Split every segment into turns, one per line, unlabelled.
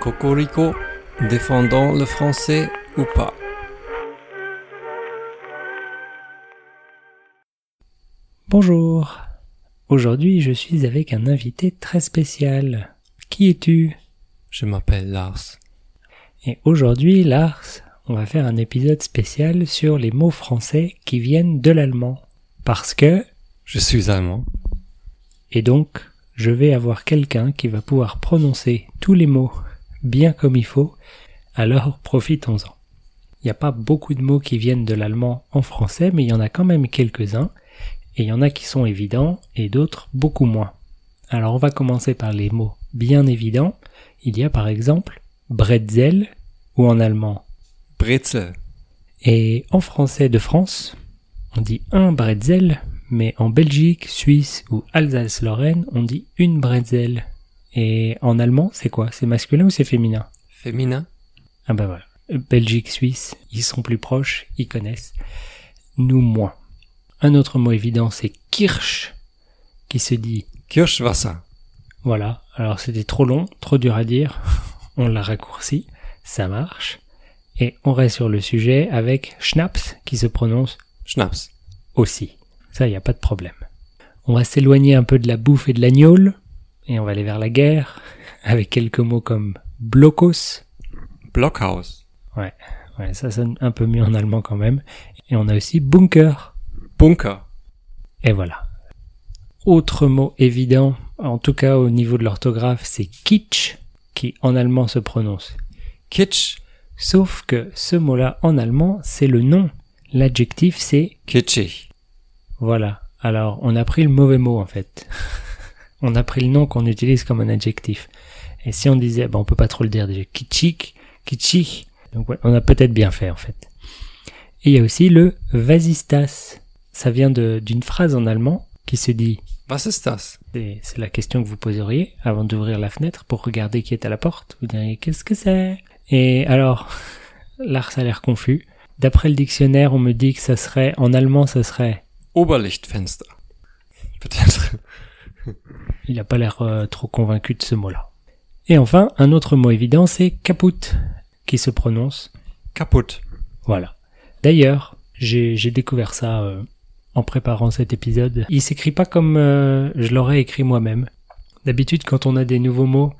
Cocorico, défendant le français ou pas.
Bonjour. Aujourd'hui, je suis avec un invité très spécial. Qui es-tu
Je m'appelle Lars.
Et aujourd'hui, Lars, on va faire un épisode spécial sur les mots français qui viennent de l'allemand. Parce que,
Je suis allemand.
et donc, je vais avoir quelqu'un qui va pouvoir prononcer tous les mots bien comme il faut, alors profitons-en. Il n'y a pas beaucoup de mots qui viennent de l'allemand en français, mais il y en a quand même quelques-uns, et il y en a qui sont évidents et d'autres beaucoup moins. Alors on va commencer par les mots bien évidents. Il y a par exemple bretzel ou en allemand
Brezel.
et en français de France, on dit un bretzel, mais en Belgique, Suisse ou Alsace-Lorraine, on dit une bretzel. Et en allemand, c'est quoi C'est masculin ou c'est féminin
Féminin.
Ah ben voilà. Belgique, Suisse, ils sont plus proches, ils connaissent. Nous moins. Un autre mot évident, c'est kirsch, qui se dit
Kirschwasser.
voilà. Alors c'était trop long, trop dur à dire. On l'a raccourci, ça marche. Et on reste sur le sujet avec schnapps, qui se prononce
Schnaps.
aussi. Ça, il n'y a pas de problème. On va s'éloigner un peu de la bouffe et de l'agnole, et on va aller vers la guerre, avec quelques mots comme blocos.
Blockhaus.
Ouais, ça sonne un peu mieux en allemand quand même. Et on a aussi bunker.
Bunker.
Et voilà. Autre mot évident, en tout cas au niveau de l'orthographe, c'est kitsch, qui en allemand se prononce.
Kitsch.
Sauf que ce mot-là en allemand, c'est le nom. L'adjectif, c'est
Kitschig.
Voilà. Alors, on a pris le mauvais mot, en fait. on a pris le nom qu'on utilise comme un adjectif. Et si on disait, ben, on peut pas trop le dire déjà, kitschik, kitschik. Donc, ouais, on a peut-être bien fait, en fait. Et il y a aussi le vasistas. Ça vient de- d'une phrase en allemand qui se dit,
Was ist das?
et c'est la question que vous poseriez avant d'ouvrir la fenêtre pour regarder qui est à la porte. Vous diriez, qu'est-ce que c'est? Et alors, Lars a l'air confus. D'après le dictionnaire, on me dit que ça serait, en allemand, ça serait
Oberlichtfenster. Peut-être.
Il n'a pas l'air euh, trop convaincu de ce mot-là. Et enfin, un autre mot évident, c'est caput, qui se prononce
Kaputt.
voilà. D'ailleurs, j'ai j'ai découvert ça euh, en préparant cet épisode. Il s'écrit pas comme euh, je l'aurais écrit moi-même. D'habitude, quand on a des nouveaux mots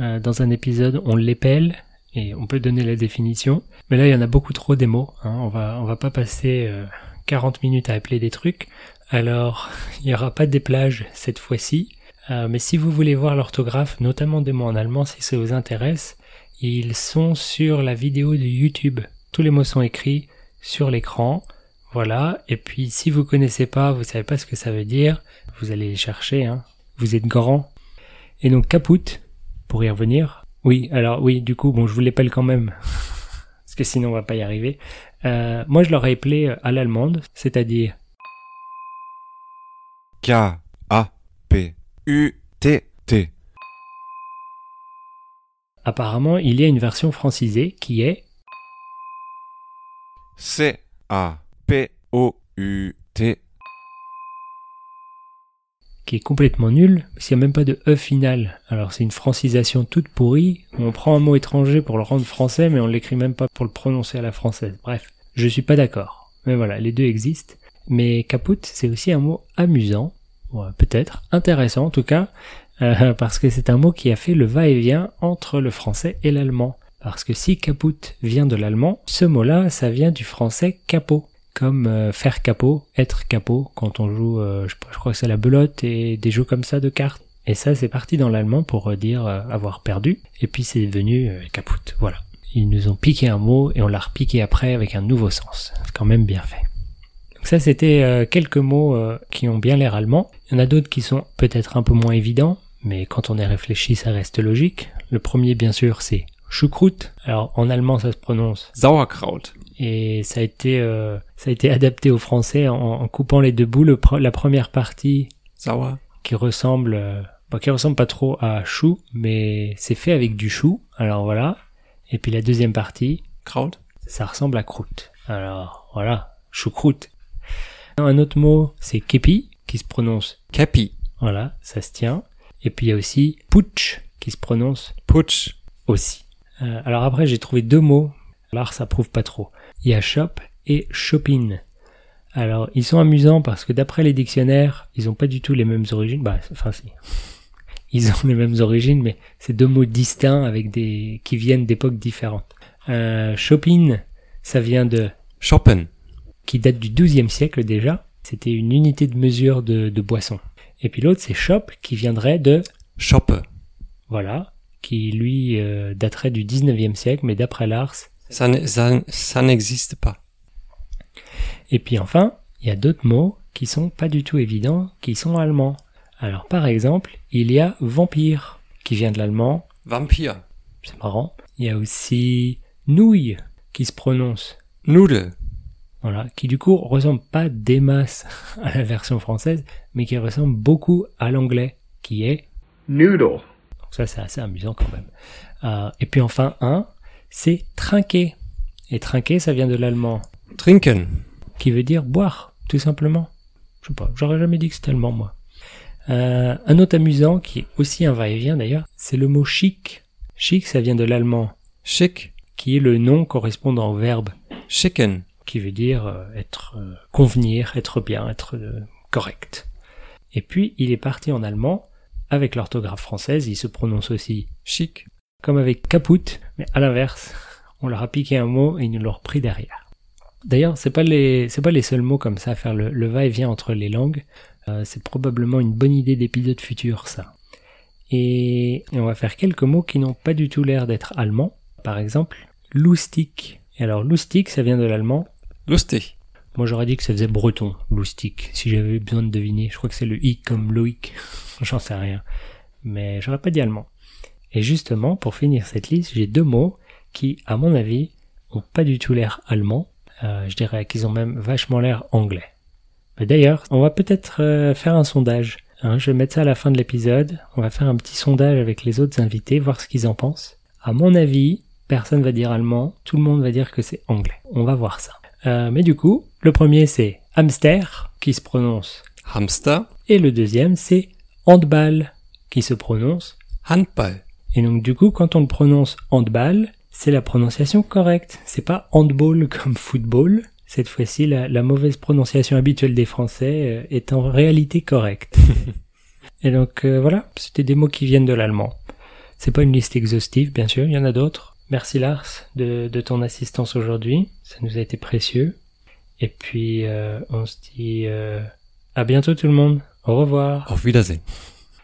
euh, dans un épisode, on l'épelle et on peut donner la définition. Mais là, il y en a beaucoup trop des mots. hein. On va on va pas passer euh, 40 minutes à appeler des trucs. Alors, il n'y aura pas des plages cette fois-ci. Euh, mais si vous voulez voir l'orthographe, notamment des mots en allemand, si ça vous intéresse, ils sont sur la vidéo de YouTube. Tous les mots sont écrits sur l'écran. Voilà. Et puis, si vous connaissez pas, vous savez pas ce que ça veut dire, vous allez les chercher, hein. Vous êtes grand. Et donc, caput, pour y revenir. Oui, alors oui, du coup, bon, je vous l'épelle quand même. Parce que sinon, on va pas y arriver. Euh, moi, je l'aurais appelé euh, à l'allemande, c'est-à-dire
K-A-P-U-T-T.
Apparemment, il y a une version francisée qui est
C-A-P-O-U-T.
qui est complètement nulle, parce qu'il n'y a même pas de E final. Alors c'est une francisation toute pourrie, où on prend un mot étranger pour le rendre français, mais on l'écrit même pas pour le prononcer à la française. Bref, je suis pas d'accord. Mais voilà, les deux existent. Mais caput, c'est aussi un mot amusant, Ouais, peut-être, intéressant en tout cas, euh, parce que c'est un mot qui a fait le va-et-vient entre le français et l'allemand. Parce que si caput vient de l'allemand, ce mot-là, ça vient du français capot comme euh, faire capot, être capot, quand on joue, euh, je, je crois que c'est la belote et des jeux comme ça de cartes. Et ça, c'est parti dans l'allemand pour euh, dire euh, avoir perdu, et puis c'est devenu euh, caput. Voilà. Ils nous ont piqué un mot et on l'a repiqué après avec un nouveau sens. C'est quand même bien fait. Donc ça, c'était euh, quelques mots euh, qui ont bien l'air allemand. Il y en a d'autres qui sont peut-être un peu moins évidents, mais quand on y réfléchit, ça reste logique. Le premier, bien sûr, c'est choucroute. Alors, en allemand, ça se prononce
Sauerkraut.
et ça a été euh, ça a été adapté au français en, en coupant les deux bouts le pre- la première partie
Sauer.
qui ressemble euh, bon, qui ressemble pas trop à chou mais c'est fait avec du chou alors voilà et puis la deuxième partie
Kraut.
ça ressemble à croûte alors voilà choucroute un autre mot c'est képi qui se prononce
Käppi.
voilà ça se tient et puis il y a aussi putsch qui se prononce
Putsch.
aussi. Euh, alors après, j'ai trouvé deux mots. L'art, ça prouve pas trop. Il y a shop et shopping. Alors, ils sont amusants parce que d'après les dictionnaires, ils ont pas du tout les mêmes origines. Bah, enfin, si. Ils ont les mêmes origines, mais c'est deux mots distincts avec des, qui viennent d'époques différentes. Euh, shopping, ça vient de,
Chopin.
qui date du XIIe siècle déjà. C'était une unité de mesure de, de boisson. Et puis l'autre, c'est shop, qui viendrait de
Chope.
Voilà, qui lui euh, daterait du 19e siècle, mais d'après Lars.
Ça, ne- ça, ça n'existe pas.
Et puis enfin, il y a d'autres mots qui sont pas du tout évidents, qui sont allemands. Alors par exemple, il y a vampire, qui vient de l'allemand,
Vampire.
c'est marrant. Il y a aussi nouille, qui se prononce,
Noodle.
voilà, qui du coup ressemble pas des masses à la version française, mais qui ressemble beaucoup à l'anglais, qui est
Noodle.
Donc ça, c'est assez amusant quand même. Euh, et puis enfin, un, c'est trinquer. Et trinquer, ça vient de l'allemand,
Trinken.
qui veut dire boire, tout simplement. Je sais pas, j'aurais jamais dit que c'était allemand, moi. Euh, un autre amusant, qui est aussi un va-et-vient d'ailleurs, c'est le mot chic. Chic, ça vient de l'allemand,
Chic.
qui est le nom correspondant au verbe,
Chicken.
qui veut dire euh, être euh, convenir, être bien, être euh, correct. Et puis, il est parti en allemand, avec l'orthographe française, il se prononce aussi
Chic.
comme avec Caput, mais à l'inverse, on leur a piqué un mot et ils nous l'ont repris derrière. D'ailleurs, c'est pas les c'est pas les seuls mots comme ça à faire le, le va-et-vient entre les langues. Euh, c'est probablement une bonne idée d'épisode futur ça. Et, et on va faire quelques mots qui n'ont pas du tout l'air d'être allemands. Par exemple, loustic. Et alors loustic, ça vient de l'allemand.
Lustig.
Moi j'aurais dit que ça faisait breton, loustic, si j'avais eu besoin de deviner. Je crois que c'est le i comme Loïc, j'en sais rien. Mais j'aurais pas dit allemand. Et justement, pour finir cette liste, j'ai deux mots qui, à mon avis, ont pas du tout l'air allemand. Euh, je dirais qu'ils ont même vachement l'air anglais. Mais D'ailleurs, on va peut-être euh, faire un sondage. hein. je vais mettre ça à la fin de l'épisode. On va faire un petit sondage avec les autres invités, voir ce qu'ils en pensent. À mon avis, personne va dire allemand, tout le monde va dire que c'est anglais. On va voir ça. Euh, mais du coup, le premier c'est hamster, qui se prononce,
Hamster.
et le deuxième c'est handball, qui se prononce.
Handball.
Et donc du coup, quand on le prononce handball, c'est la prononciation correcte. C'est pas handball comme football. Cette fois-ci, la, la mauvaise prononciation habituelle des Français euh, est en réalité correcte. Et donc euh, voilà, c'était des mots qui viennent de l'allemand. C'est pas une liste exhaustive, bien sûr, il y en a d'autres. Merci Lars de, de ton assistance aujourd'hui, ça nous a été précieux. Et puis euh, on se dit euh, à bientôt tout le monde. Au revoir.
Auf Wiedersehen.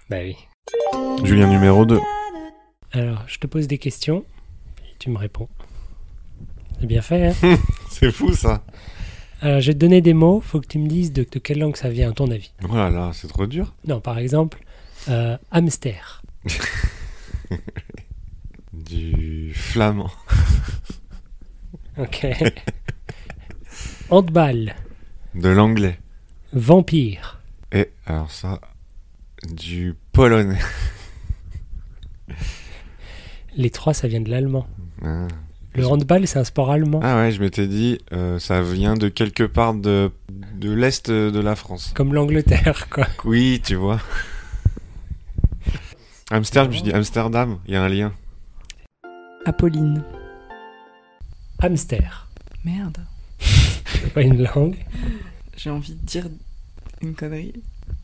Bah oui.
Julien numéro 2.
Alors, je te pose des questions, et tu me réponds. C'est bien fait, hein
C'est fou ça.
Alors, je vais te donner des mots, faut que tu me dises de, de quelle langue ça vient, à ton avis.
Oh là là, c'est trop dur.
Non, par exemple, euh, hamster.
Du flamand.
Ok. Handball.
De l'anglais.
Vampire.
Et alors ça, du polonais.
Les trois, ça vient de l'allemand.
Ah,
Le handball, c'est un sport allemand.
Ah ouais, je m'étais dit, euh, ça vient de quelque part de, de l'est de la France.
Comme l'Angleterre, quoi.
Oui, tu vois. Amsterdam, je dis Amsterdam, il y a un lien.
Apolline.
Hamster.
Merde.
C'est pas une langue.
J'ai envie de dire une connerie.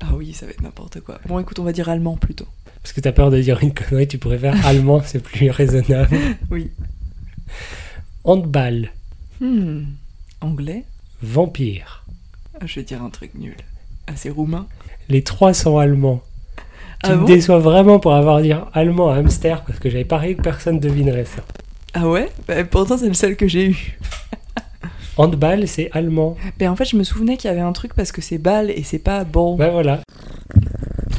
Ah oui, ça va être n'importe quoi. Bon, écoute, on va dire allemand plutôt.
Parce que t'as peur de dire une connerie, tu pourrais faire allemand, c'est plus raisonnable.
Oui.
Handball.
Hmm. Anglais
Vampire.
Ah, Je vais dire un truc nul. Ah, c'est roumain
Les trois sont allemands. Tu
ah,
me
bon
déçois vraiment pour avoir dit allemand à hamster parce que j'avais parié que personne devinerait ça.
ah ouais Bah, Pourtant, c'est le seul que j'ai eu.
Handball, c'est allemand.
Mais Ben, en fait, je me souvenais qu'il y avait un truc parce que c'est balle et c'est pas bon.
Ben voilà.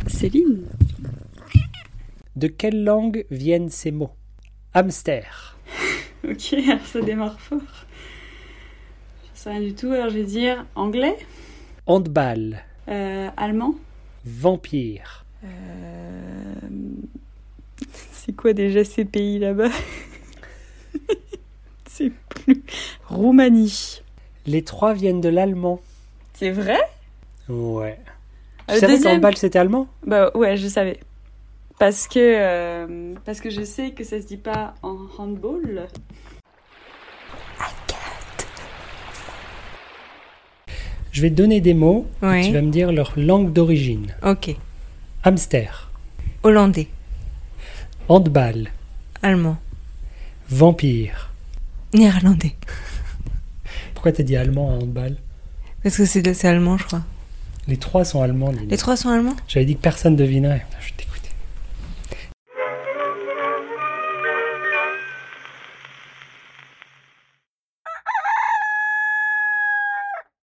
Céline,
De quelle langue viennent ces mots Hamster.
ok, alors ça démarre fort. Je sais rien du tout, alors je vais dire anglais,
Handball.
euh, allemand.
Vampire.
Euh, C'est quoi déjà ces pays là-bas C'est plus. Roumanie.
Les trois viennent de l'allemand.
C'est vrai
Ouais.
Ah,
Tu
le
savais
Euh, deuxième
qu'handball c'était allemand
Bah ouais, je savais. parce que, euh, parce que je sais que ça se dit pas en handball.
Je vais te donner des mots. et
Ouais.
Tu vas me dire leur langue d'origine.
Ok.
Hamster,
Hollandais,
handball,
allemand,
vampire.
néerlandais.
Pourquoi t'as dit allemand à handball
Parce que c'est c'est allemand, je crois.
Les trois sont allemands.
Les
Lina.
trois sont allemands
J'avais dit que personne devinerait. Putain, Je suis